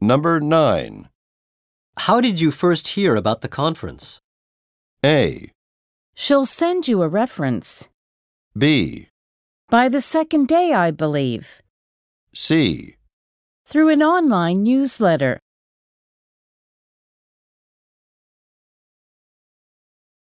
Number 9. How did you first hear about the conference? A. She'll send you a reference. B. By the second day, I believe, C. through an online newsletter.